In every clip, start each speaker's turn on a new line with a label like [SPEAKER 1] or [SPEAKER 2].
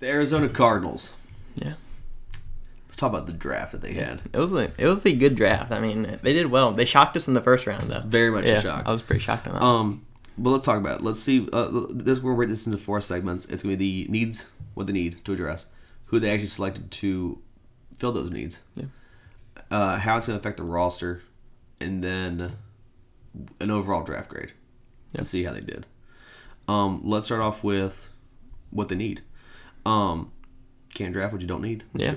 [SPEAKER 1] The Arizona Cardinals.
[SPEAKER 2] Yeah.
[SPEAKER 1] Let's talk about the draft that they had.
[SPEAKER 2] It was a, it was a good draft. I mean, they did well. They shocked us in the first round though.
[SPEAKER 1] Very much
[SPEAKER 2] yeah,
[SPEAKER 1] a shock.
[SPEAKER 2] I was pretty shocked on that.
[SPEAKER 1] Um, but let's talk about it. Let's see. Uh, this we're gonna break this into four segments. It's gonna be the needs, what they need to address, who they actually selected to fill those needs,
[SPEAKER 2] Yeah.
[SPEAKER 1] uh, how it's gonna affect the roster, and then an overall draft grade
[SPEAKER 2] Yeah.
[SPEAKER 1] to see how they did. Um, let's start off with what they need. Um, can't draft what you don't need.
[SPEAKER 2] Yeah,
[SPEAKER 1] Or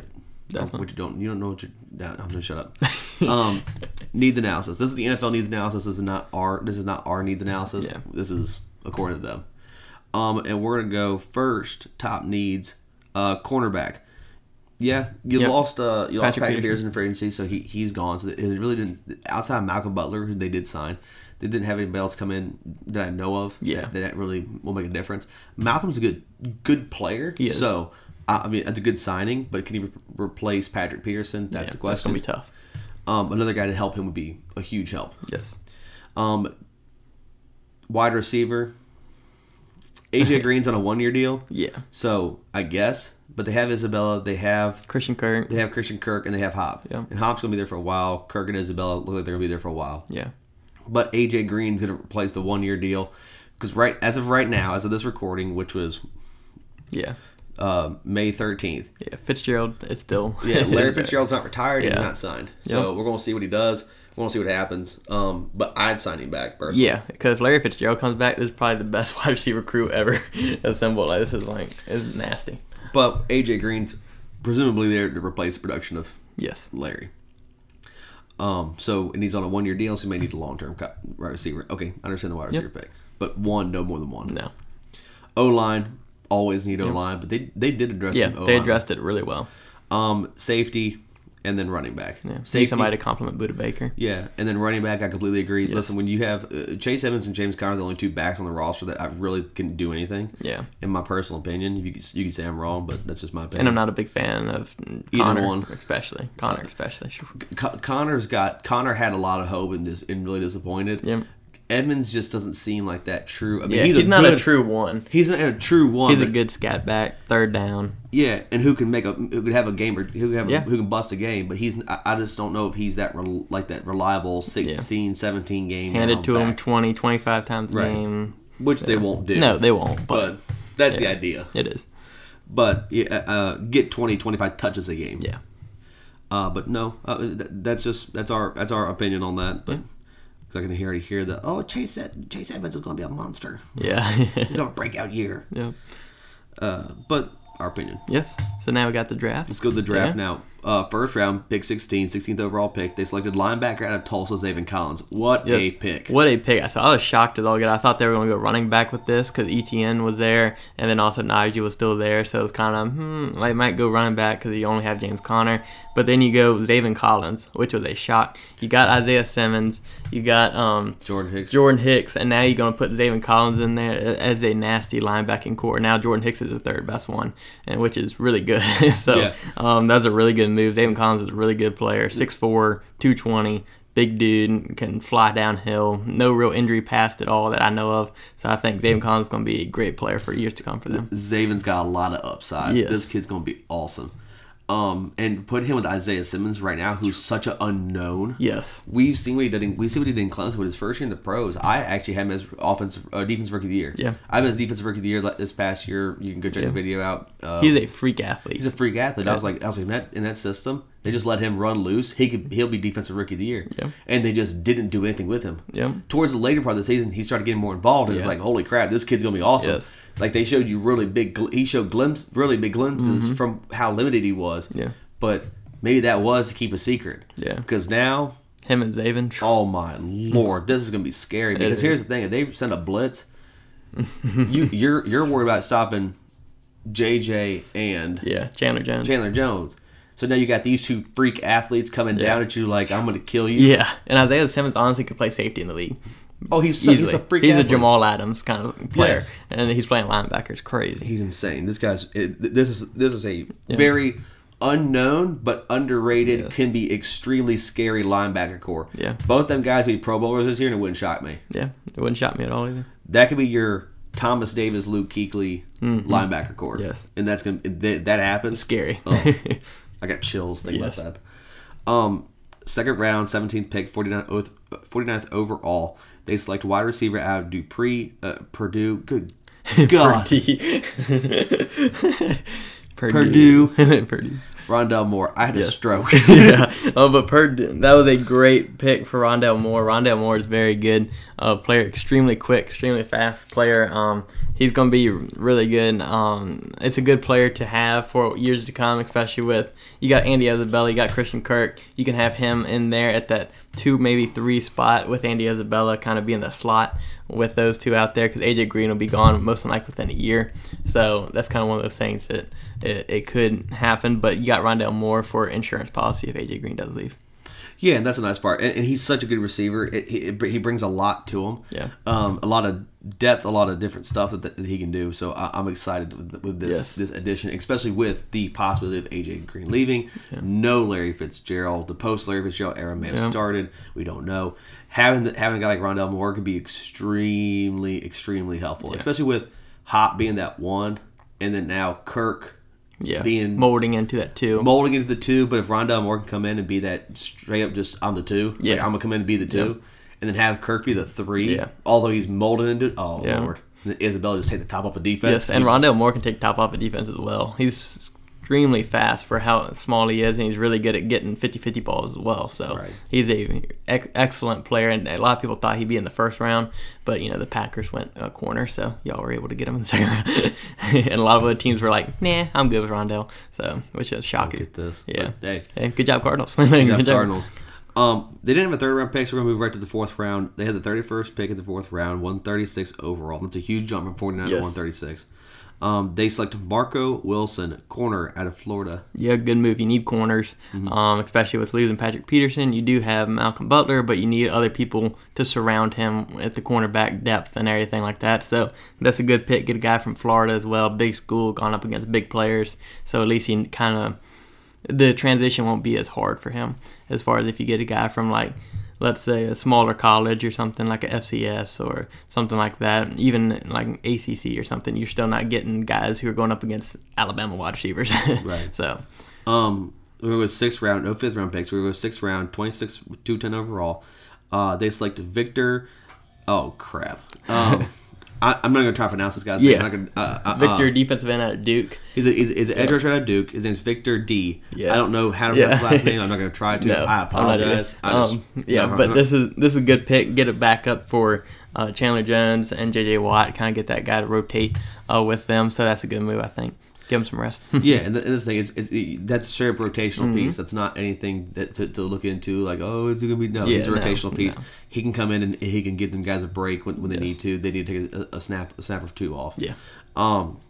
[SPEAKER 2] definitely.
[SPEAKER 1] What you don't you don't know what you. no, I'm gonna shut up. Um, needs analysis. This is the NFL needs analysis. This is not our. This is not our needs analysis.
[SPEAKER 2] Yeah.
[SPEAKER 1] This is according to them. Um, and we're gonna go first. Top needs. Uh, cornerback. Yeah, you
[SPEAKER 2] Yep.
[SPEAKER 1] lost. Uh, you lost
[SPEAKER 2] Patrick
[SPEAKER 1] Patrick
[SPEAKER 2] Peterson.
[SPEAKER 1] Peterson in free agency, so he he's gone. So it really didn't. Outside Malcolm Butler, who they did sign, they didn't have anybody else come in that I know of.
[SPEAKER 2] Yeah.
[SPEAKER 1] that, that really will make a difference. Malcolm's a good good player.
[SPEAKER 2] He is.
[SPEAKER 1] So I I mean, that's a good signing, but can he re- replace Patrick Peterson? That's
[SPEAKER 2] yeah,
[SPEAKER 1] the
[SPEAKER 2] That's
[SPEAKER 1] question.
[SPEAKER 2] gonna be tough.
[SPEAKER 1] um, another guy to help him would be a huge help.
[SPEAKER 2] Yes.
[SPEAKER 1] Um, wide receiver. AJ Green's on a one year deal,
[SPEAKER 2] Yeah.
[SPEAKER 1] so I guess. But they have Isabella. They have
[SPEAKER 2] Christian Kirk.
[SPEAKER 1] they have Christian Kirk and they have Hop.
[SPEAKER 2] Yeah.
[SPEAKER 1] And Hop's gonna be there for a while. Kirk and Isabella look like they're gonna be there for a while.
[SPEAKER 2] Yeah.
[SPEAKER 1] But AJ Green's gonna replace the one year deal because right as of right now, as of this recording, which was
[SPEAKER 2] Yeah.
[SPEAKER 1] uh,
[SPEAKER 2] um,
[SPEAKER 1] May thirteenth.
[SPEAKER 2] Yeah. Fitzgerald is still.
[SPEAKER 1] Yeah, Larry
[SPEAKER 2] is-
[SPEAKER 1] Fitzgerald's not retired. He's
[SPEAKER 2] Yeah.
[SPEAKER 1] not signed. So
[SPEAKER 2] Yep.
[SPEAKER 1] we're gonna see what he does. We're gonna see what happens. Um, but I'd sign him back first.
[SPEAKER 2] Yeah, because if Larry Fitzgerald comes back, this is probably the best wide receiver crew ever assembled. Like this is like it's nasty.
[SPEAKER 1] But AJ Green's presumably there to replace the production of
[SPEAKER 2] Yes.
[SPEAKER 1] Larry. Um, so and he's on a one year deal, so he may need a long term wide receiver. Okay, I understand the wide receiver pick, but one, no more than one.
[SPEAKER 2] No.
[SPEAKER 1] O line always need O line, but they they did address
[SPEAKER 2] Yeah,
[SPEAKER 1] the O-line.
[SPEAKER 2] they addressed it really well.
[SPEAKER 1] um safety and then running back.
[SPEAKER 2] Yeah. Need
[SPEAKER 1] Safety-
[SPEAKER 2] somebody to compliment Buda Baker.
[SPEAKER 1] Yeah, and then running back, I completely agree.
[SPEAKER 2] Yes.
[SPEAKER 1] Listen, when you have uh, Chase Evans and James Conner, the only two backs on the roster that I really can do anything.
[SPEAKER 2] Yeah.
[SPEAKER 1] In my personal opinion, you could, you could say I'm wrong, but that's just my opinion.
[SPEAKER 2] And I'm not a big fan of Connor,
[SPEAKER 1] one.
[SPEAKER 2] especially Connor, especially.
[SPEAKER 1] Co- Connor's got Connor had a lot of hope and just and really disappointed.
[SPEAKER 2] Yep.
[SPEAKER 1] Evans just doesn't seem like that true. I mean,
[SPEAKER 2] Yeah,
[SPEAKER 1] he's,
[SPEAKER 2] he's,
[SPEAKER 1] a
[SPEAKER 2] not
[SPEAKER 1] good,
[SPEAKER 2] a true one.
[SPEAKER 1] He's not a true one.
[SPEAKER 2] He's a
[SPEAKER 1] but-
[SPEAKER 2] good scat back, third down.
[SPEAKER 1] Yeah, and who can make a who could have a game or who can have a,
[SPEAKER 2] Yeah.
[SPEAKER 1] who can bust a game, but he's I, I just don't know if he's that rel like that reliable 16, 17 game
[SPEAKER 2] Handed
[SPEAKER 1] round
[SPEAKER 2] to him
[SPEAKER 1] back,
[SPEAKER 2] 20, 25 times a
[SPEAKER 1] Right.
[SPEAKER 2] game.
[SPEAKER 1] which they won't do.
[SPEAKER 2] No, they won't. But,
[SPEAKER 1] but that's
[SPEAKER 2] Yeah.
[SPEAKER 1] the idea.
[SPEAKER 2] it is.
[SPEAKER 1] But yeah, uh, get 20, 25 touches a game.
[SPEAKER 2] Yeah.
[SPEAKER 1] Uh, but no, uh, th- that's just that's our that's our opinion on that. But 'cause I can hear already hear that oh Chase Ed- Chase Edmonds is going to be a monster.
[SPEAKER 2] Yeah.
[SPEAKER 1] He's on a breakout year.
[SPEAKER 2] yeah.
[SPEAKER 1] Uh, but our opinion.
[SPEAKER 2] Yes. So now we got the draft.
[SPEAKER 1] Let's go to the draft now. Uh, first round, pick 16, 16th overall pick. They selected linebacker out of Tulsa, Zayvon Collins. What
[SPEAKER 2] Yes.
[SPEAKER 1] a pick.
[SPEAKER 2] What a pick. So I was shocked at all good. I thought they were going to go running back with this because ETN was there, and then also Najee was still there. So it's kind of, hmm, they might go running back because you only have James Conner. But then you go Zayvon Collins, which was a shock. You got Isaiah Simmons. You got um,
[SPEAKER 1] Jordan Hicks.
[SPEAKER 2] Jordan Hicks, and now you're going to put Zayvon Collins in there as a nasty linebacking core. Now Jordan Hicks is the third best one, and which is really good. so
[SPEAKER 1] Yeah.
[SPEAKER 2] um, that's a really good move. Zayvon Collins is a really good player. 6'4", 220, big dude, can fly downhill. No real injury past at all that I know of. So I think Zayvon Collins is going to be a great player for years to come for them.
[SPEAKER 1] Zayvon's got a lot of upside.
[SPEAKER 2] Yes.
[SPEAKER 1] This kid's going to be awesome. Um, and put him with Isaiah Simmons right now, who's such an unknown.
[SPEAKER 2] Yes.
[SPEAKER 1] We've seen what he did. In, we see what he did in Clemson with his first year in the pros. I actually had him as offensive uh, defensive rookie of the year.
[SPEAKER 2] Yeah.
[SPEAKER 1] I had him as defensive rookie of the year le- this past year. You can go check the video out. Uh,
[SPEAKER 2] He's a freak athlete.
[SPEAKER 1] he's a freak athlete. I was like, I was like in that in that system, they just let him run loose. He could he'll be defensive rookie of the year.
[SPEAKER 2] Yeah.
[SPEAKER 1] And they just didn't do anything with him.
[SPEAKER 2] Yeah.
[SPEAKER 1] Towards the later part of the season, he started getting more involved, and it's
[SPEAKER 2] Yeah.
[SPEAKER 1] like, holy crap, this kid's gonna be awesome.
[SPEAKER 2] Yes.
[SPEAKER 1] Like they showed you really big. gl- He showed glimpse, really big glimpses from how limited he was.
[SPEAKER 2] Mm-hmm. Yeah.
[SPEAKER 1] But maybe that was to keep a secret.
[SPEAKER 2] Yeah.
[SPEAKER 1] Because now
[SPEAKER 2] Him and Zayvon.
[SPEAKER 1] Oh my lord, this is gonna be scary. Because
[SPEAKER 2] is.
[SPEAKER 1] here's the thing: if they send a blitz, you you're you're worried about stopping JJ and
[SPEAKER 2] Yeah, Chandler Jones.
[SPEAKER 1] Chandler Jones. So now you got these two freak athletes coming down at you like I'm gonna kill you.
[SPEAKER 2] Yeah, and Isaiah Simmons honestly could play safety in the league.
[SPEAKER 1] Oh, he's so, he's
[SPEAKER 2] Easily.
[SPEAKER 1] a freak.
[SPEAKER 2] He's
[SPEAKER 1] athlete.
[SPEAKER 2] a Jamal Adams kind of player,
[SPEAKER 1] Yes.
[SPEAKER 2] and he's playing linebacker. It's crazy.
[SPEAKER 1] He's insane. This guy's it, th- this is this is a very unknown but underrated
[SPEAKER 2] Yes.
[SPEAKER 1] can be extremely scary linebacker core.
[SPEAKER 2] Yeah.
[SPEAKER 1] both them guys will be Pro Bowlers this year, and it wouldn't shock me.
[SPEAKER 2] Yeah, it wouldn't shock me at all either.
[SPEAKER 1] That could be your Thomas Davis, Luke Keekley, linebacker core.
[SPEAKER 2] Mm-hmm. Yes.
[SPEAKER 1] and that's gonna that, that happens.
[SPEAKER 2] Scary.
[SPEAKER 1] Oh. I got chills thinking
[SPEAKER 2] Yes.
[SPEAKER 1] about that. Um, second round, 17th pick, 49th, oath- 49th overall. They select wide receiver out of Dupree, uh, Purdue. Good God.
[SPEAKER 2] Purdue.
[SPEAKER 1] Purdue.
[SPEAKER 2] Purdue.
[SPEAKER 1] Rondell Moore. I had a stroke.
[SPEAKER 2] yeah. Oh, but Purdue. That was a great pick for Rondell Moore. Rondell Moore is very good uh, player, extremely quick, extremely fast player. Um, he's going to be really good. Um, it's a good player to have for years to come, especially with you got Andy Isabella, you got Christian Kirk. You can have him in there at that two, maybe three spot with Andy Isabella kind of being the slot with those two out there because AJ Green will be gone most likely within a year. So that's kind of one of those things that it, it could happen. But you got Rondell Moore for insurance policy if AJ Green does leave.
[SPEAKER 1] yeah, and that's a nice part. And, and he's such a good receiver. It, he, it, he brings a lot to him.
[SPEAKER 2] Yeah.
[SPEAKER 1] Um, a lot of depth, a lot of different stuff that, that he can do. So I, I'm excited with, with this
[SPEAKER 2] Yes.
[SPEAKER 1] this addition, especially with the possibility of AJ Green leaving. No Larry Fitzgerald. The post Larry Fitzgerald era may have
[SPEAKER 2] Yeah.
[SPEAKER 1] started. We don't know. Having the, having a guy like Rondell Moore could be extremely extremely helpful, especially with Hop being that one, and then now Kirk.
[SPEAKER 2] Yeah,
[SPEAKER 1] Being-
[SPEAKER 2] molding into that too.
[SPEAKER 1] molding into the two. But if Rondell Moore can come in and be that straight up, just I'm the two.
[SPEAKER 2] Yeah.
[SPEAKER 1] like, I'm gonna come in and be the two, and then have Kirk be the three.
[SPEAKER 2] Yeah.
[SPEAKER 1] although he's molded into oh
[SPEAKER 2] Yeah.
[SPEAKER 1] lord, and then Isabella just take the top off of defense.
[SPEAKER 2] yes, and
[SPEAKER 1] She-
[SPEAKER 2] Rondell Moore can take top off of defense as well. He's extremely fast for how small he is, and he's really good at getting 50-50 balls as well. So
[SPEAKER 1] Right.
[SPEAKER 2] he's a ex- excellent player, and a lot of people thought he'd be in the first round, but you know the Packers went a corner, so y'all were able to get him in the second round. and a lot of other teams were like, "Nah, I'm good with Rondell," so which is shocking.
[SPEAKER 1] Get this,
[SPEAKER 2] Yeah.
[SPEAKER 1] But, hey,
[SPEAKER 2] Hey, good job, Cardinals.
[SPEAKER 1] good
[SPEAKER 2] Good
[SPEAKER 1] job,
[SPEAKER 2] job.
[SPEAKER 1] Cardinals. Um, they didn't have a third round pick, so we're gonna move right to the fourth round. They had the 31st pick in the fourth round, 136 overall. That's a huge jump from 49 to
[SPEAKER 2] Yes.
[SPEAKER 1] 136. Um, they selected Marco Wilson, corner out of Florida.
[SPEAKER 2] Yeah, good move. You need corners, um, especially with losing Patrick Peterson. You do have Malcolm Butler, but you need other people to surround him at the cornerback depth and everything like that. So that's a good pick. Get a guy from Florida as well. Big school, gone up against big players. So at least he kind of the transition won't be as hard for him as far as if you get a guy from like let's say a smaller college or something like a FCS or something like that even like an ACC or something you're still not getting guys who are going up against Alabama wide receivers
[SPEAKER 1] Right.
[SPEAKER 2] so
[SPEAKER 1] Um, we go sixth round, no fifth round picks. We go sixth round, 26, 210 overall. Uh, they select Victor. Oh crap. Um, I, I'm not gonna try to pronounce this guy's
[SPEAKER 2] Yeah.
[SPEAKER 1] name. I'm not gonna, uh, uh,
[SPEAKER 2] Victor
[SPEAKER 1] uh,
[SPEAKER 2] defensive end at Duke
[SPEAKER 1] he's a, he's, a- he's an edge rusher out of Duke. His name's Victor D.
[SPEAKER 2] Yeah.
[SPEAKER 1] I don't know how to
[SPEAKER 2] Yeah.
[SPEAKER 1] pronounce his last name. I'm not gonna try to.
[SPEAKER 2] No,
[SPEAKER 1] I
[SPEAKER 2] I'm not doing
[SPEAKER 1] apologize.
[SPEAKER 2] it.
[SPEAKER 1] I just-
[SPEAKER 2] Um, yeah,
[SPEAKER 1] no,
[SPEAKER 2] but
[SPEAKER 1] no.
[SPEAKER 2] this is this is a good pick. Get a backup for uh, Chandler Jones and JJ Watt. Kind of get that guy to rotate uh, with them. So that's a good move, I think. Give him some rest.
[SPEAKER 1] yeah, and, th- and this thing is, it's it, that's a straight up rotational
[SPEAKER 2] Mm-hmm.
[SPEAKER 1] piece. That's not anything that to, to look into. Like, oh, is it gonna be no?
[SPEAKER 2] Yeah,
[SPEAKER 1] he's a
[SPEAKER 2] no,
[SPEAKER 1] rotational piece.
[SPEAKER 2] no.
[SPEAKER 1] He can come in and he can give them guys a break when, when they need to. They need to take a, a snap, a snap or two off.
[SPEAKER 2] Yeah.
[SPEAKER 1] Um,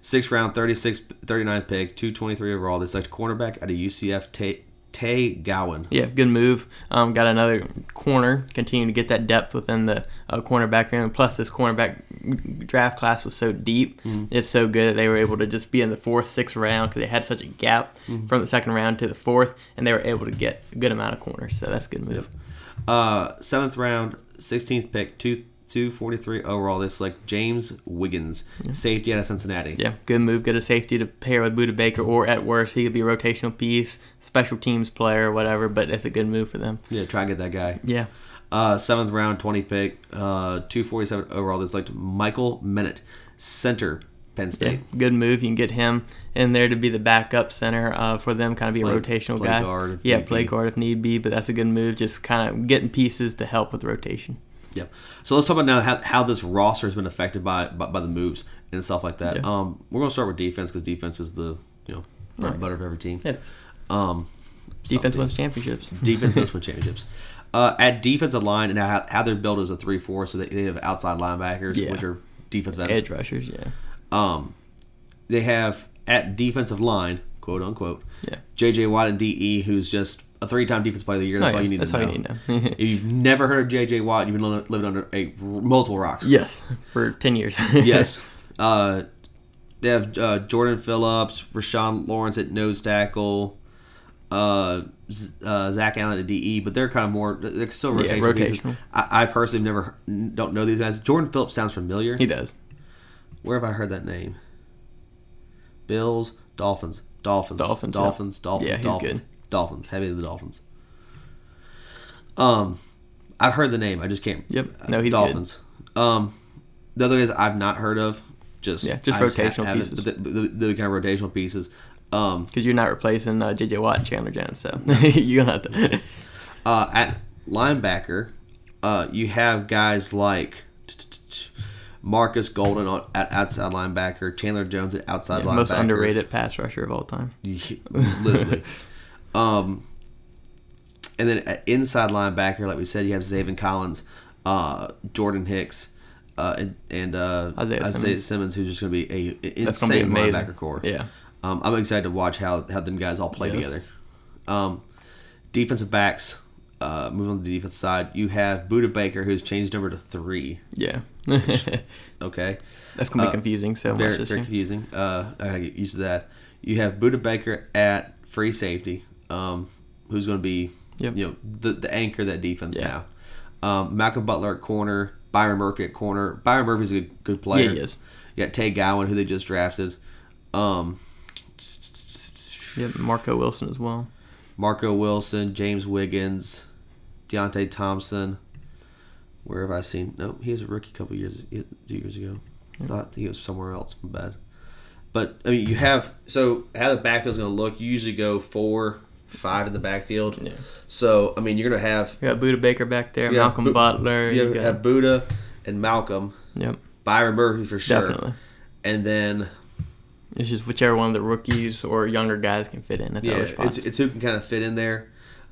[SPEAKER 1] sixth round, 36, 39 pick, two twenty three overall. They select cornerback out of UCF, Tay, Tay Gowan.
[SPEAKER 2] Yeah, good move. Um, got another corner. Continue to get that depth within the uh, cornerback room. Plus, this cornerback draft class was so deep.
[SPEAKER 1] Mm-hmm.
[SPEAKER 2] It's so good that they were able to just be in the fourth, sixth round because they had such a gap
[SPEAKER 1] Mm-hmm.
[SPEAKER 2] from the second round to the fourth, and they were able to get a good amount of corners. So that's a good move.
[SPEAKER 1] Uh, seventh round, sixteenth pick, two. 243 overall. They select James Wiggins, safety out of Cincinnati.
[SPEAKER 2] Yeah, good move. Get a safety to pair with Buda Baker, or at worst, he could be a rotational piece, special teams player, whatever. But that's a good move for them.
[SPEAKER 1] yeah, try and get that guy.
[SPEAKER 2] Yeah,
[SPEAKER 1] Uh, seventh round, 20 pick, uh, 247 overall. That's like Michael Minute, center, Penn
[SPEAKER 2] yeah,
[SPEAKER 1] State.
[SPEAKER 2] good move. You can get him in there to be the backup center uh, for them, kind of be a
[SPEAKER 1] Play-
[SPEAKER 2] rotational
[SPEAKER 1] play
[SPEAKER 2] guy.
[SPEAKER 1] guard if
[SPEAKER 2] yeah,
[SPEAKER 1] need
[SPEAKER 2] play
[SPEAKER 1] be.
[SPEAKER 2] guard if need be. But that's a good move. Just kind of getting pieces to help with rotation.
[SPEAKER 1] Yep. So let's talk about now how, how this roster has been affected by, by by the moves and stuff like that.
[SPEAKER 2] Yeah.
[SPEAKER 1] Um, we're gonna start with defense because defense is the you know bread and
[SPEAKER 2] Right.
[SPEAKER 1] butter of every team.
[SPEAKER 2] Yeah.
[SPEAKER 1] Um,
[SPEAKER 2] Defense
[SPEAKER 1] some
[SPEAKER 2] wins
[SPEAKER 1] teams-
[SPEAKER 2] championships.
[SPEAKER 1] Defense wins for championships. Uh, at defensive line and how, how they're built as a three four, so they, they have outside linebackers,
[SPEAKER 2] Yeah.
[SPEAKER 1] which are defensive ends.
[SPEAKER 2] Edge rushers. Yeah,
[SPEAKER 1] Um, they have at defensive line, quote unquote,
[SPEAKER 2] yeah.
[SPEAKER 1] JJ Watt and DE, who's just a three time defense player of the year. That's
[SPEAKER 2] Oh,
[SPEAKER 1] all
[SPEAKER 2] yeah,
[SPEAKER 1] you need
[SPEAKER 2] that's
[SPEAKER 1] to
[SPEAKER 2] all
[SPEAKER 1] know.
[SPEAKER 2] you need to know.
[SPEAKER 1] If you've never heard of JJ Watt, you've been li- living under a r- multiple rocks.
[SPEAKER 2] yes, for ten years.
[SPEAKER 1] yes. Uh, they have uh, Jordan Phillips, Rashawn Lawrence at nose tackle, uh, Z- uh, Zach Allen at DE, but they're kind of more they're still
[SPEAKER 2] Yeah,
[SPEAKER 1] rotational. pieces.
[SPEAKER 2] rotational.
[SPEAKER 1] I, I personally never don't know these guys. Jordan Phillips sounds familiar.
[SPEAKER 2] he does.
[SPEAKER 1] Where have I heard that name? Bills, Dolphins, Dolphins,
[SPEAKER 2] Dolphins,
[SPEAKER 1] Dolphins,
[SPEAKER 2] yeah.
[SPEAKER 1] Dolphins, Dolphins,
[SPEAKER 2] Yeah, he's
[SPEAKER 1] Dolphins,
[SPEAKER 2] good.
[SPEAKER 1] Dolphins. Heavy to the Dolphins. Um, I've heard the name. I just can't.
[SPEAKER 2] Yep. No, he's good.
[SPEAKER 1] Uh, Dolphins. Um, the other guys I've not heard of. Just
[SPEAKER 2] Yeah, just
[SPEAKER 1] I ha-
[SPEAKER 2] rotational
[SPEAKER 1] haven't-
[SPEAKER 2] pieces.
[SPEAKER 1] but The, the, the kind of rotational pieces. Um,
[SPEAKER 2] because you're not replacing uh, JJ Watt and Chandler Jones, so you're gonna have to.
[SPEAKER 1] uh, at linebacker, uh, you have guys like Marcus Golden on- at outside linebacker, Chandler Jones at outside linebacker.
[SPEAKER 2] most underrated pass rusher of all time.
[SPEAKER 1] literally. um, and then at inside linebacker, like we said, you have Zayvon Collins, uh, Jordan Hicks, uh, and, and uh,
[SPEAKER 2] Isaiah Simmons.
[SPEAKER 1] who's just going to be a an
[SPEAKER 2] That's gonna be
[SPEAKER 1] insane
[SPEAKER 2] amazing.
[SPEAKER 1] linebacker core.
[SPEAKER 2] Yeah,
[SPEAKER 1] Um, I'm excited to watch how how them guys all play
[SPEAKER 2] Yes.
[SPEAKER 1] together. Um, defensive backs. Uh, moving on to the defense side, you have Buda Baker, who's changed number to three.
[SPEAKER 2] yeah.
[SPEAKER 1] Okay,
[SPEAKER 2] That's gonna be
[SPEAKER 1] Uh,
[SPEAKER 2] confusing so
[SPEAKER 1] very,
[SPEAKER 2] much this
[SPEAKER 1] very
[SPEAKER 2] year.
[SPEAKER 1] confusing. Uh, I gotta get used to that. You have Buda Baker at free safety, um, who's going to be
[SPEAKER 2] Yep.
[SPEAKER 1] you know the the anchor of that defense
[SPEAKER 2] Yeah.
[SPEAKER 1] now. Um, Malcolm Butler at corner, Byron Murphy at corner. Byron Murphy's a good, good player.
[SPEAKER 2] Yeah, he is.
[SPEAKER 1] You got Tay Gowan, who they just drafted. Um,
[SPEAKER 2] Yep, Marco Wilson as well.
[SPEAKER 1] Marco Wilson, James Wiggins, Deontay Thompson. Where have I seen? Nope, he was a rookie a couple years two years ago. Thought he was somewhere else. My bad. But I mean, you have so how the backfield's going to look. You usually go four, five in the backfield.
[SPEAKER 2] Yeah.
[SPEAKER 1] So I mean, you're going to have
[SPEAKER 2] You got Buda Baker back there,
[SPEAKER 1] you have
[SPEAKER 2] Malcolm
[SPEAKER 1] Bu- uh,
[SPEAKER 2] Butler.
[SPEAKER 1] You
[SPEAKER 2] You
[SPEAKER 1] have,
[SPEAKER 2] got,
[SPEAKER 1] have Buddha and Malcolm,
[SPEAKER 2] yep,
[SPEAKER 1] Byron Murphy for sure,
[SPEAKER 2] definitely.
[SPEAKER 1] and then
[SPEAKER 2] It's just whichever one of the rookies or younger guys can fit in at the
[SPEAKER 1] yeah,
[SPEAKER 2] other
[SPEAKER 1] it's,
[SPEAKER 2] spots.
[SPEAKER 1] it's who can kind of fit in there.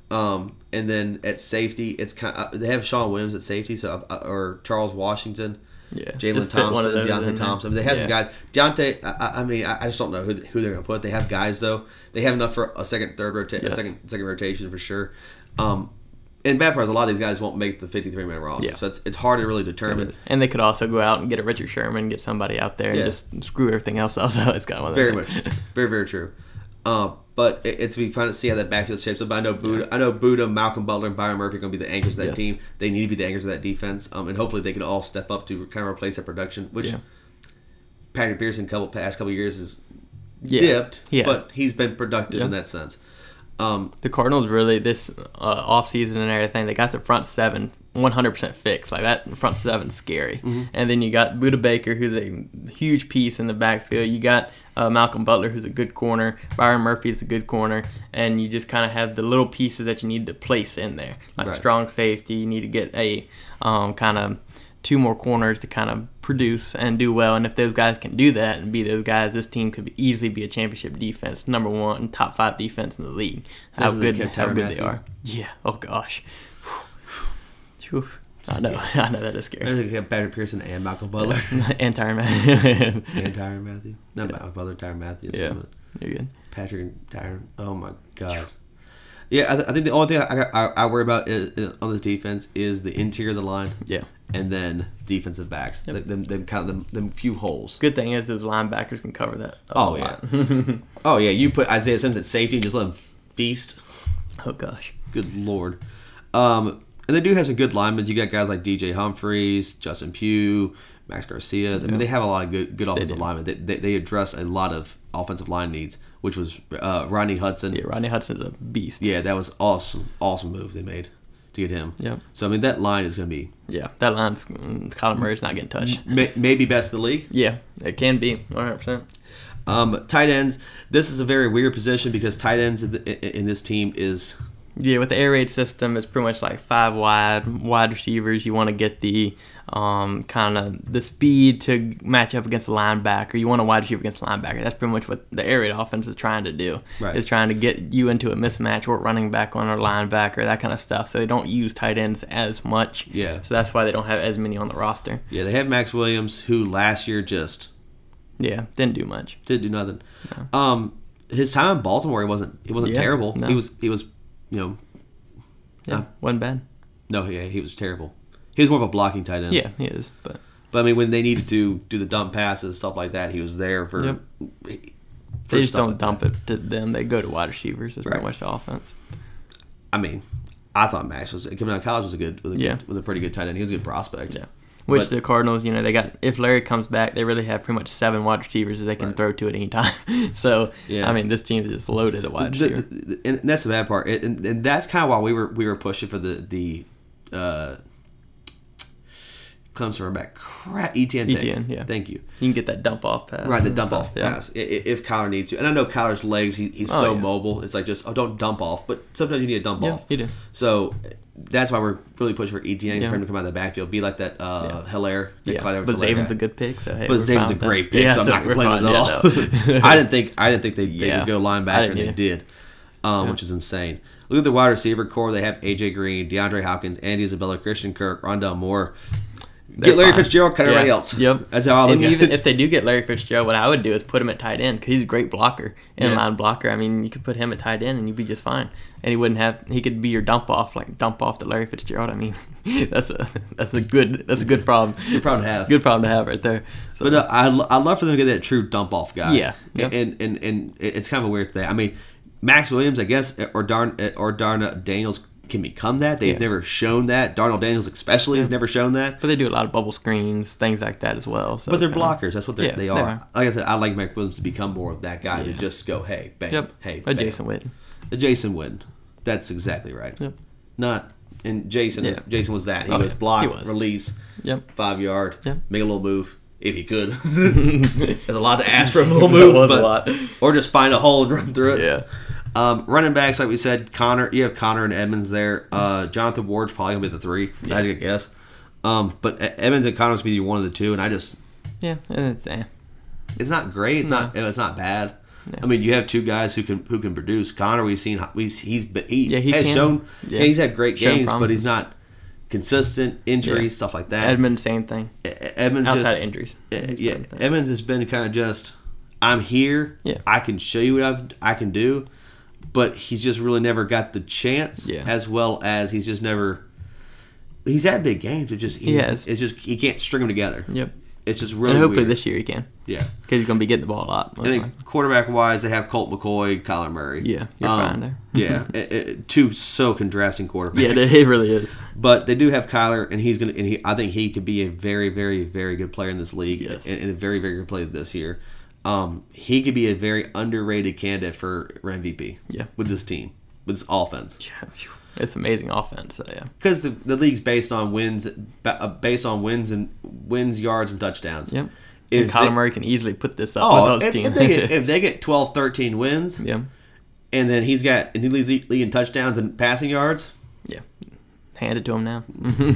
[SPEAKER 1] Um, and then at safety, it's kind uh, they have Sean Williams at safety, so uh, or Charles Washington,
[SPEAKER 2] yeah,
[SPEAKER 1] Jalen
[SPEAKER 2] just fit one of
[SPEAKER 1] Thompson,
[SPEAKER 2] those in there.
[SPEAKER 1] Deontay Thompson. They have
[SPEAKER 2] yeah.
[SPEAKER 1] some guys. Deontay, I- I, I mean, I, I just don't know who, who they're gonna put. They have guys though. They have enough for a second, third rotation,
[SPEAKER 2] Yes.
[SPEAKER 1] a second, second rotation for sure. Um, and bad part is a lot of these guys won't make the fifty-three man roster,
[SPEAKER 2] Yeah.
[SPEAKER 1] so it's it's hard to really determine.
[SPEAKER 2] And they could also go out and get a Richard Sherman, get somebody out there, and
[SPEAKER 1] Yeah.
[SPEAKER 2] just screw everything else up. So it's kind of one of those
[SPEAKER 1] Very
[SPEAKER 2] things.
[SPEAKER 1] much, very very true. Um, but it, it's be fun to see how that backfield shapes up. I know Buddha, I know Buddha, Malcolm Butler, and Byron Murphy are going to be the anchors of that
[SPEAKER 2] Yes.
[SPEAKER 1] team. They need to be the anchors of that defense, um, and hopefully they can all step up to kind of replace that production. Which
[SPEAKER 2] Yeah.
[SPEAKER 1] Patrick Pearson, couple past couple years, is
[SPEAKER 2] Yeah,
[SPEAKER 1] dipped,
[SPEAKER 2] he has.
[SPEAKER 1] but he's been productive in
[SPEAKER 2] Yeah.
[SPEAKER 1] that sense. Um,
[SPEAKER 2] the Cardinals really this uh, off season and everything they got the front seven 100% fixed like that front seven's scary and then you got Buda Baker who's a huge piece in the backfield you got uh, Malcolm Butler who's a good corner Byron Murphy is a good corner and you just kind of have the little pieces that you need to place in there like
[SPEAKER 1] Right.
[SPEAKER 2] strong safety you need to get a um, kind of two more corners to kind of produce and do well and if those guys can do that and be those guys this team could easily be a championship defense number one top five defense in the league how
[SPEAKER 1] Doesn't really
[SPEAKER 2] good,
[SPEAKER 1] kept
[SPEAKER 2] how
[SPEAKER 1] Tyrann
[SPEAKER 2] good they
[SPEAKER 1] Mathieu.
[SPEAKER 2] are. Yeah. Oh gosh. Phew. I know. I know that is
[SPEAKER 1] I
[SPEAKER 2] scary.
[SPEAKER 1] think they have Patrick Pearson and Malcolm Butler
[SPEAKER 2] and Tyron Matthew.
[SPEAKER 1] and Tyron Matthew. Not Malcolm Butler, Tyron Matthew.
[SPEAKER 2] yeah. You're good.
[SPEAKER 1] Patrick and Tyron. Oh my god. Yeah, I, th- I think the only thing I, I, I worry about is, is- on this defense is the interior of the line,
[SPEAKER 2] Yeah.
[SPEAKER 1] and then defensive backs. Th- Them, them kind of them, them few holes.
[SPEAKER 2] Good thing is those linebackers can cover that. up
[SPEAKER 1] Oh,
[SPEAKER 2] a
[SPEAKER 1] yeah.
[SPEAKER 2] lot.
[SPEAKER 1] Oh yeah, you put Isaiah Simmons at safety and just let him feast.
[SPEAKER 2] oh gosh.
[SPEAKER 1] Good lord. Um, and they do have some good linemen. You got guys like DJ Humphreys, Justin Pugh, Max Garcia. I mean, they have a lot of good good offensive
[SPEAKER 2] do.
[SPEAKER 1] linemen. They, they, they address a lot of offensive line needs, which was uh, Ronnie Hudson.
[SPEAKER 2] Yeah. Rodney Hudson's a beast.
[SPEAKER 1] Yeah, that was awesome, awesome move they made to get him.
[SPEAKER 2] Yep.
[SPEAKER 1] So I mean, that line is going to be
[SPEAKER 2] Yeah. That line's mm, Kyler Murray's not getting touched.
[SPEAKER 1] may, maybe best in the league.
[SPEAKER 2] Yeah. It can be. 100. percent
[SPEAKER 1] Um, tight ends. This is a very weird position because tight ends in, the, in- in this team is
[SPEAKER 2] Yeah, with the air raid system, it's pretty much like five wide wide receivers. You want to get the um, kind of the speed to match up against a linebacker. You want a wide receiver against a linebacker. That's pretty much what the air raid offense is trying to do.
[SPEAKER 1] Right.
[SPEAKER 2] Is trying to get you into a mismatch or running back on a linebacker, that kind of stuff. So they don't use tight ends as much.
[SPEAKER 1] Yeah.
[SPEAKER 2] So that's why they don't have as many on the roster.
[SPEAKER 1] yeah. They have Max Williams, who last year just
[SPEAKER 2] Yeah, didn't do much.
[SPEAKER 1] did do nothing. Um, his time in Baltimore, he wasn't he wasn't
[SPEAKER 2] Yeah,
[SPEAKER 1] terrible.
[SPEAKER 2] no.
[SPEAKER 1] He was he was you know
[SPEAKER 2] Yeah,
[SPEAKER 1] Uh.
[SPEAKER 2] wasn't bad.
[SPEAKER 1] no yeah he was terrible. He was more of a blocking tight end.
[SPEAKER 2] Yeah, he is. But
[SPEAKER 1] But I mean, when they needed to do the dump passes stuff like that, he was there for.
[SPEAKER 2] Yep.
[SPEAKER 1] for
[SPEAKER 2] they just
[SPEAKER 1] stuff
[SPEAKER 2] don't
[SPEAKER 1] like that.
[SPEAKER 2] dump it to them. They go to wide receivers. That's pretty
[SPEAKER 1] Right.
[SPEAKER 2] much the offense.
[SPEAKER 1] I mean, I thought Max was coming out of college was a good, was a,
[SPEAKER 2] Yeah.
[SPEAKER 1] was a pretty good tight end. He was a good prospect.
[SPEAKER 2] Yeah. Which
[SPEAKER 1] But-
[SPEAKER 2] the Cardinals, you know, they got if Larry comes back, they really have pretty much seven wide receivers that they can
[SPEAKER 1] Right.
[SPEAKER 2] throw to at any time. so
[SPEAKER 1] Yeah.
[SPEAKER 2] I mean, this team is just loaded at wide
[SPEAKER 1] The-
[SPEAKER 2] receiver.
[SPEAKER 1] the- and that's the bad part, and, and- and that's kind of why we were we were pushing for the the uh, Clemson running back crap ETN. thing.
[SPEAKER 2] ETN, E yeah.
[SPEAKER 1] Thank you.
[SPEAKER 2] you can get that dump off pass.
[SPEAKER 1] Right, the
[SPEAKER 2] and
[SPEAKER 1] dump
[SPEAKER 2] stuff,
[SPEAKER 1] off
[SPEAKER 2] yeah.
[SPEAKER 1] pass i- i- if Kyler needs to, and I know Kyler's legs. He, he's
[SPEAKER 2] Oh,
[SPEAKER 1] so
[SPEAKER 2] yeah.
[SPEAKER 1] mobile. It's like just oh, don't dump off, but sometimes you need a dump
[SPEAKER 2] Yeah,
[SPEAKER 1] off.
[SPEAKER 2] you do.
[SPEAKER 1] So that's why we're really pushing for ETN
[SPEAKER 2] Yeah.
[SPEAKER 1] for him to come out of the backfield, be like that uh, Hilaire. that
[SPEAKER 2] Yeah,
[SPEAKER 1] Clyde
[SPEAKER 2] but
[SPEAKER 1] Edwards-Helaire
[SPEAKER 2] Zaven's
[SPEAKER 1] had.
[SPEAKER 2] a good pick, so hey,
[SPEAKER 1] But
[SPEAKER 2] we're fine
[SPEAKER 1] Zaven's a
[SPEAKER 2] with that.
[SPEAKER 1] great pick,
[SPEAKER 2] Yeah,
[SPEAKER 1] so I'm not
[SPEAKER 2] we're
[SPEAKER 1] complaining
[SPEAKER 2] fine,
[SPEAKER 1] at all.
[SPEAKER 2] yeah, no.
[SPEAKER 1] I didn't think I didn't think they, they
[SPEAKER 2] Yeah.
[SPEAKER 1] would go
[SPEAKER 2] I
[SPEAKER 1] linebacker,
[SPEAKER 2] didn't
[SPEAKER 1] and they
[SPEAKER 2] either.
[SPEAKER 1] did, um, which is insane. Look at the wide receiver core. They have AJ Green, DeAndre Hopkins, Andy Isabella, Christian Kirk, Rondell Moore.
[SPEAKER 2] They're
[SPEAKER 1] get Larry
[SPEAKER 2] fine.
[SPEAKER 1] Fitzgerald, cut everybody
[SPEAKER 2] Yeah.
[SPEAKER 1] else.
[SPEAKER 2] Yep.
[SPEAKER 1] that's how I look
[SPEAKER 2] and
[SPEAKER 1] at
[SPEAKER 2] even
[SPEAKER 1] it.
[SPEAKER 2] if they do get Larry Fitzgerald, what I would do is put him at tight end because he's a great blocker, inline
[SPEAKER 1] Yeah.
[SPEAKER 2] blocker. I mean, you could put him at tight end and you'd be just fine. And he wouldn't have. He could be your dump off, like dump off to Larry Fitzgerald. I mean, that's a that's a good that's a good problem.
[SPEAKER 1] Good problem to have.
[SPEAKER 2] Good problem to have right there. So,
[SPEAKER 1] But uh, no, I I love for them to get that true dump off guy.
[SPEAKER 2] Yeah. Yep.
[SPEAKER 1] and and and it- it's kind of a weird thing. I mean, Max Williams, I guess, eh, or darn or darn Daniels can become that. They've
[SPEAKER 2] Yeah.
[SPEAKER 1] never shown that. Darnell Daniels, especially, has never shown that.
[SPEAKER 2] but they do a lot of bubble screens, things like that as well. So
[SPEAKER 1] But they're
[SPEAKER 2] it's kinda-
[SPEAKER 1] blockers. That's what they're,
[SPEAKER 2] Yeah,
[SPEAKER 1] they
[SPEAKER 2] they
[SPEAKER 1] are.
[SPEAKER 2] are.
[SPEAKER 1] Like I said, I like Max Williams to become more of that guy to
[SPEAKER 2] Yeah.
[SPEAKER 1] just go, hey, bang,
[SPEAKER 2] Yep.
[SPEAKER 1] hey,
[SPEAKER 2] A
[SPEAKER 1] bang.
[SPEAKER 2] Jason Witten.
[SPEAKER 1] a Jason Wynn. That's exactly right.
[SPEAKER 2] Yep.
[SPEAKER 1] Not and Jason. Is,
[SPEAKER 2] Yeah.
[SPEAKER 1] Jason was that. He
[SPEAKER 2] Oh,
[SPEAKER 1] was
[SPEAKER 2] yeah.
[SPEAKER 1] block,
[SPEAKER 2] He was.
[SPEAKER 1] release,
[SPEAKER 2] Yep.
[SPEAKER 1] five yard,
[SPEAKER 2] Yeah.
[SPEAKER 1] make a little move if he could. There's a lot to ask for a little move,
[SPEAKER 2] That was a
[SPEAKER 1] but-
[SPEAKER 2] lot.
[SPEAKER 1] or just find a hole and run through it.
[SPEAKER 2] Yeah.
[SPEAKER 1] Um, running backs, like we said, Connor. You have Connor and Edmonds there. Uh, Jonathan Ward's probably gonna be the three. I I guess. Um, but E- Edmonds and Connor's gonna be one of the two, and I just
[SPEAKER 2] Yeah. and It's, eh.
[SPEAKER 1] it's not great. It's
[SPEAKER 2] No.
[SPEAKER 1] not it's not bad.
[SPEAKER 2] Yeah.
[SPEAKER 1] I mean, you have two guys who can who can produce. Connor, we've seen we've he's be- he,
[SPEAKER 2] Yeah, he
[SPEAKER 1] has
[SPEAKER 2] can.
[SPEAKER 1] shown
[SPEAKER 2] Yeah.
[SPEAKER 1] yeah, he's had great
[SPEAKER 2] Shown
[SPEAKER 1] games, but
[SPEAKER 2] promises.
[SPEAKER 1] he's not consistent. Injuries, stuff like that.
[SPEAKER 2] Edmund, same thing.
[SPEAKER 1] E- Edmonds
[SPEAKER 2] Outside
[SPEAKER 1] just,
[SPEAKER 2] of injuries.
[SPEAKER 1] Eh, yeah, Evans has been kind of just, I'm here.
[SPEAKER 2] Yeah.
[SPEAKER 1] I can show you what I've, I can do, but he's just really never got the chance.
[SPEAKER 2] Yeah.
[SPEAKER 1] As well as he's just never. He's had big games. It just he's,
[SPEAKER 2] has.
[SPEAKER 1] It's just he can't string them together.
[SPEAKER 2] Yep.
[SPEAKER 1] It's just
[SPEAKER 2] And
[SPEAKER 1] really
[SPEAKER 2] hopefully
[SPEAKER 1] weird.
[SPEAKER 2] this year he can.
[SPEAKER 1] yeah.
[SPEAKER 2] Because he's going to be getting the ball a lot. most
[SPEAKER 1] I
[SPEAKER 2] likely.
[SPEAKER 1] think quarterback wise, they have Colt McCoy, Kyler Murray. Um,
[SPEAKER 2] Yeah, you're fine there.
[SPEAKER 1] yeah, it, it, two so contrasting quarterbacks.
[SPEAKER 2] Yeah, it, it really is.
[SPEAKER 1] But they do have Kyler, and he's gonna. And he, I think he could be a very, very, very good player in this league,
[SPEAKER 2] Yes.
[SPEAKER 1] and, and a very, very good player this year. Um, he could be a very underrated candidate for for MVP.
[SPEAKER 2] Yeah.
[SPEAKER 1] with this team, with this offense,
[SPEAKER 2] It's amazing offense. So yeah,
[SPEAKER 1] because the, the league's based on wins, ba- uh, based on wins and wins, yards, and touchdowns.
[SPEAKER 2] yep.
[SPEAKER 1] If
[SPEAKER 2] and Kyler
[SPEAKER 1] they-
[SPEAKER 2] Murray can easily put this up
[SPEAKER 1] Oh,
[SPEAKER 2] with those
[SPEAKER 1] if,
[SPEAKER 2] teams.
[SPEAKER 1] if they get, if they get 12, 13 wins,
[SPEAKER 2] yeah,
[SPEAKER 1] and then he's got and he leads the league in touchdowns and passing yards,
[SPEAKER 2] yeah. Hand it to him now.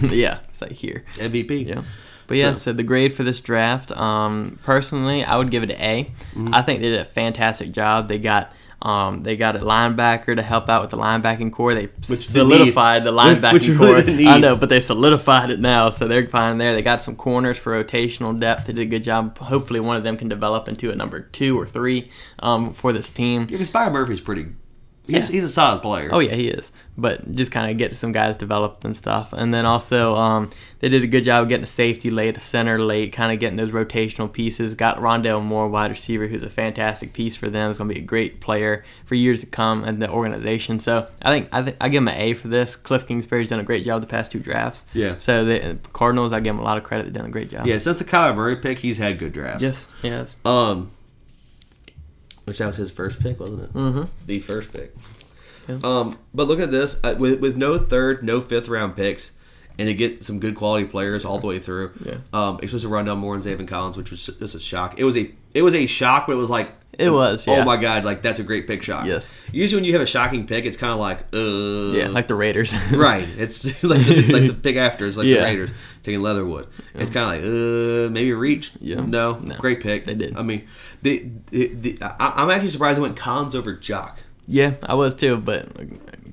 [SPEAKER 2] yeah, it's like here.
[SPEAKER 1] MVP.
[SPEAKER 2] Yeah. But yeah,
[SPEAKER 1] So-
[SPEAKER 2] so, the grade for this draft, um, personally, I would give it an A.
[SPEAKER 1] Mm-hmm.
[SPEAKER 2] I think they did a fantastic job. They got um, they got a linebacker to help out with the linebacking core. They
[SPEAKER 1] they
[SPEAKER 2] solidified
[SPEAKER 1] need.
[SPEAKER 2] the linebacking
[SPEAKER 1] Which- which
[SPEAKER 2] core.
[SPEAKER 1] really they
[SPEAKER 2] I
[SPEAKER 1] need.
[SPEAKER 2] know, but they solidified it now, so they're fine there. They got some corners for rotational depth. They did a good job. Hopefully, one of them can develop into a number two or three um, for this team.
[SPEAKER 1] Yeah, because Byron Murphy's pretty. He's,
[SPEAKER 2] Yeah.
[SPEAKER 1] he's a solid player.
[SPEAKER 2] Oh yeah, he is. But just kind of get some guys developed and stuff. And then also, um, they did a good job of getting a safety late, a center late, kind of getting those rotational pieces. Got Rondell Moore, wide receiver, who's a fantastic piece for them. Is going to be a great player for years to come and the organization. So I think I, think I give him an A for this. Cliff Kingsbury's done a great job the past two drafts.
[SPEAKER 1] Yeah.
[SPEAKER 2] So the uh, Cardinals, I give him a lot of credit. They've done a great job.
[SPEAKER 1] Yeah, since the Kyler Murray pick, he's had good drafts.
[SPEAKER 2] Yes. Yes.
[SPEAKER 1] Um, which that was his first pick, wasn't it?
[SPEAKER 2] Mm-hmm.
[SPEAKER 1] The first pick.
[SPEAKER 2] Yeah.
[SPEAKER 1] Um, but look at this uh, with with no third, no fifth round picks, and to get some good quality players all the way through.
[SPEAKER 2] Yeah.
[SPEAKER 1] Um, especially Rondell Moore and Zayvon Collins, which was just a shock. It was a it was a shock, but it was like
[SPEAKER 2] It was,
[SPEAKER 1] Oh
[SPEAKER 2] yeah.
[SPEAKER 1] my god, like that's a great pick shock.
[SPEAKER 2] Yes.
[SPEAKER 1] Usually when you have a shocking pick, it's kind of like uh
[SPEAKER 2] Yeah. Like the Raiders.
[SPEAKER 1] Right. It's like the, it's like the pick after. It's like the
[SPEAKER 2] Yeah.
[SPEAKER 1] Raiders taking Leatherwood. It's kind of like uh, maybe a reach.
[SPEAKER 2] Yeah.
[SPEAKER 1] No,
[SPEAKER 2] No.
[SPEAKER 1] Great pick.
[SPEAKER 2] They did.
[SPEAKER 1] I mean, the, the, the, I, I'm actually surprised I went Collins over Jock.
[SPEAKER 2] Yeah, I was too, but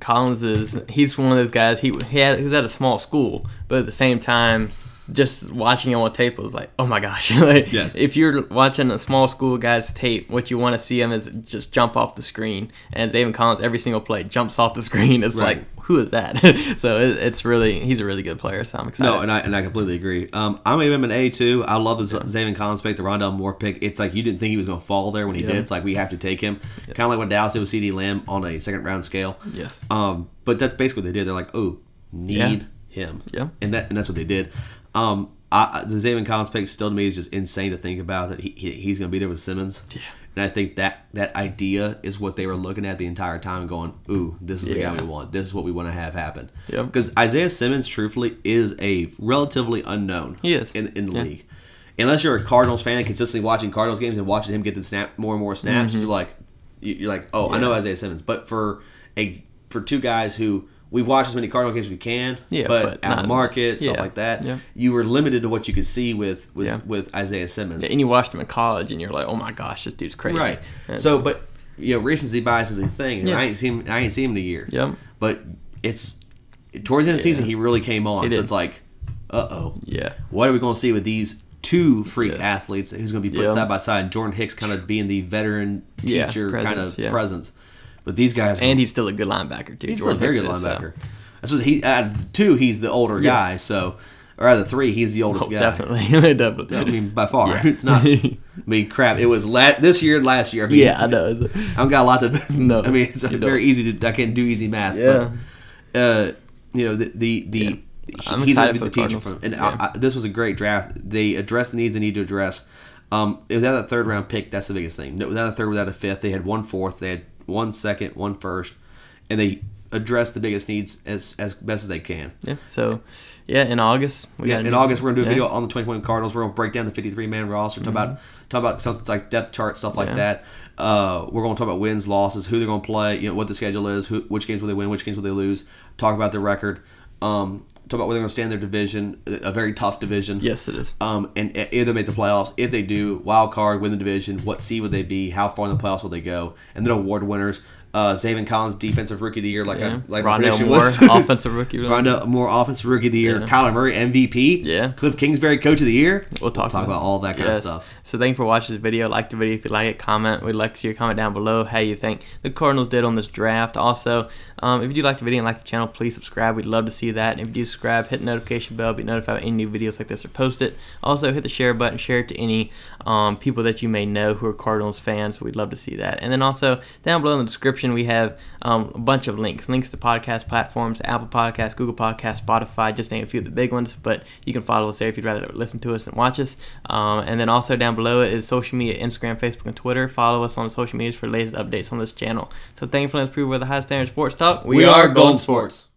[SPEAKER 2] Collins is he's one of those guys. He he had, he's at a small school, but at the same time, just watching him on tape was like, oh my gosh! like,
[SPEAKER 1] Yes.
[SPEAKER 2] If you're watching a small school guy's tape, what you want to see him is just jump off the screen. And Zayvon Collins, every single play jumps off the screen. It's
[SPEAKER 1] Right.
[SPEAKER 2] like, who is that? so it, it's really he's a really good player. So I'm excited.
[SPEAKER 1] No, and I and I completely agree. Um, I'm gonna give him an A too. I love the Z- Zayvon Collins pick, the Rondell Moore pick. It's like you didn't think he was gonna fall there when he
[SPEAKER 2] Yeah.
[SPEAKER 1] did. It's like we have to take him, kind of like what Dallas did with CD Lamb on a second round scale.
[SPEAKER 2] yes.
[SPEAKER 1] Um, but that's basically what they did. They're like, oh, need him.
[SPEAKER 2] Yeah.
[SPEAKER 1] And that and that's what they did. Um, I, I- the Zayvon Collins pick still to me is just insane to think about that he, he he's going to be there with Simmons. Yeah. And I think that that idea is what they were looking at the entire time, going, "Ooh, this is the
[SPEAKER 2] Yeah.
[SPEAKER 1] guy we want. This is what we want to have happen."
[SPEAKER 2] Yep.
[SPEAKER 1] Because Isaiah Simmons, truthfully, is a relatively unknown.
[SPEAKER 2] He is.
[SPEAKER 1] in in the
[SPEAKER 2] Yeah.
[SPEAKER 1] league. Unless you're a Cardinals fan and consistently watching Cardinals games and watching him get the snap more and more snaps,
[SPEAKER 2] Mm-hmm.
[SPEAKER 1] you're like, you- you're like, oh, I know Isaiah Simmons. But for a for two guys who we've watched as many Cardinal games as we can,
[SPEAKER 2] Yeah,
[SPEAKER 1] but,
[SPEAKER 2] but
[SPEAKER 1] out
[SPEAKER 2] not-
[SPEAKER 1] of market, stuff
[SPEAKER 2] yeah,
[SPEAKER 1] like that,
[SPEAKER 2] yeah.
[SPEAKER 1] you were limited to what you could see with with,
[SPEAKER 2] Yeah.
[SPEAKER 1] with Isaiah Simmons.
[SPEAKER 2] And you watched him in college, and you're like, oh my gosh, this dude's crazy.
[SPEAKER 1] Right.
[SPEAKER 2] And-
[SPEAKER 1] So, but you know, recency bias is a thing. and
[SPEAKER 2] Yeah.
[SPEAKER 1] I ain't seen I ain't seen him in a year.
[SPEAKER 2] Yep.
[SPEAKER 1] But it's towards the end of the season he really came on.
[SPEAKER 2] He
[SPEAKER 1] so
[SPEAKER 2] did.
[SPEAKER 1] it's like, uh oh,
[SPEAKER 2] yeah,
[SPEAKER 1] what are we going to see with these two freak
[SPEAKER 2] Yes.
[SPEAKER 1] athletes who's going to be put
[SPEAKER 2] Yeah.
[SPEAKER 1] side by side? Jordan Hicks kind of being the veteran
[SPEAKER 2] Yeah,
[SPEAKER 1] teacher kind
[SPEAKER 2] presence,
[SPEAKER 1] of
[SPEAKER 2] yeah.
[SPEAKER 1] presence, but these guys
[SPEAKER 2] and he's still a good linebacker too.
[SPEAKER 1] he's still a
[SPEAKER 2] Jordan
[SPEAKER 1] very good
[SPEAKER 2] Hicks is, so-
[SPEAKER 1] linebacker. That's what he out of the two he's the older
[SPEAKER 2] Yes.
[SPEAKER 1] guy, so or out of the three he's the oldest
[SPEAKER 2] Oh,
[SPEAKER 1] guy.
[SPEAKER 2] definitely, definitely.
[SPEAKER 1] I mean, by far,
[SPEAKER 2] Yeah.
[SPEAKER 1] it's not. I mean, crap. It was la- this year, and last year. I mean,
[SPEAKER 2] yeah, I know.
[SPEAKER 1] I've got a lot to.
[SPEAKER 2] No,
[SPEAKER 1] I mean, it's
[SPEAKER 2] you
[SPEAKER 1] very
[SPEAKER 2] don't.
[SPEAKER 1] easy to. I can do easy math.
[SPEAKER 2] Yeah.
[SPEAKER 1] But, uh, you know the the the.
[SPEAKER 2] Yeah.
[SPEAKER 1] he-
[SPEAKER 2] I'm
[SPEAKER 1] he's gonna
[SPEAKER 2] excited
[SPEAKER 1] be
[SPEAKER 2] for
[SPEAKER 1] the
[SPEAKER 2] the
[SPEAKER 1] teacher
[SPEAKER 2] Cardinals.
[SPEAKER 1] for him. and
[SPEAKER 2] Yeah.
[SPEAKER 1] I, I, this was a great draft. They addressed the needs they need to address. Um, without that third round pick, that's the biggest thing. No, Without a third, without a fifth, they had one fourth, they had one second, one first, and they addressed the biggest needs as as best as they can.
[SPEAKER 2] Yeah. So, yeah, in August we
[SPEAKER 1] Yeah,
[SPEAKER 2] got a
[SPEAKER 1] in
[SPEAKER 2] new-
[SPEAKER 1] August we're gonna do a
[SPEAKER 2] yeah.
[SPEAKER 1] video on the 21 Cardinals. We're gonna break down the 53 man roster. Talk about talk about something like depth chart stuff like
[SPEAKER 2] Mm-hmm. Yeah.
[SPEAKER 1] that. Uh, we're gonna talk about wins, losses, who they're gonna play, you know, what the schedule is, who, which games will they win, which games will they lose. Talk about their record. Um, talk about where they're gonna stand in their division, a a very tough division.
[SPEAKER 2] Yes, it is.
[SPEAKER 1] Um, and i- if they make the playoffs, if they do, wild card, win the division, what seed would they be? How far in the playoffs will they go? And then award winners. Uh, Zayvon Collins, defensive rookie of the year, like
[SPEAKER 2] Yeah.
[SPEAKER 1] I, like my
[SPEAKER 2] Rondell
[SPEAKER 1] prediction
[SPEAKER 2] Moore,
[SPEAKER 1] was.
[SPEAKER 2] offensive rookie. of the year.
[SPEAKER 1] Rondo Moore Offensive Rookie of the Year,
[SPEAKER 2] Yeah.
[SPEAKER 1] Kyler Murray MVP,
[SPEAKER 2] Yeah.
[SPEAKER 1] Cliff Kingsbury Coach of the Year.
[SPEAKER 2] We'll talk,
[SPEAKER 1] about, all that kind of
[SPEAKER 2] Yes.
[SPEAKER 1] stuff.
[SPEAKER 2] So thank you for watching this video. Like the video if you like it. Comment. We'd like to see your comment down below how you think the Cardinals did on this draft. Also, um, if you do like the video and like the channel, please subscribe. We'd love to see that. And if you do subscribe, hit the notification bell. Be notified when any new videos like this are posted. Also, hit the share button. Share it to any um, people that you may know who are Cardinals fans. We'd love to see that. And then also down below in the description we have um, a bunch of links. Links to podcast platforms, Apple Podcasts, Google Podcasts, Spotify, just to name a few of the big ones. But you can follow us there if you'd rather listen to us and watch us. Um, and then also down below is social media, Instagram, Facebook, and Twitter. Follow us on social medias for latest updates on this channel. So thank you for letting us prove we're the high standard sports talk.
[SPEAKER 1] We are Golden Sports.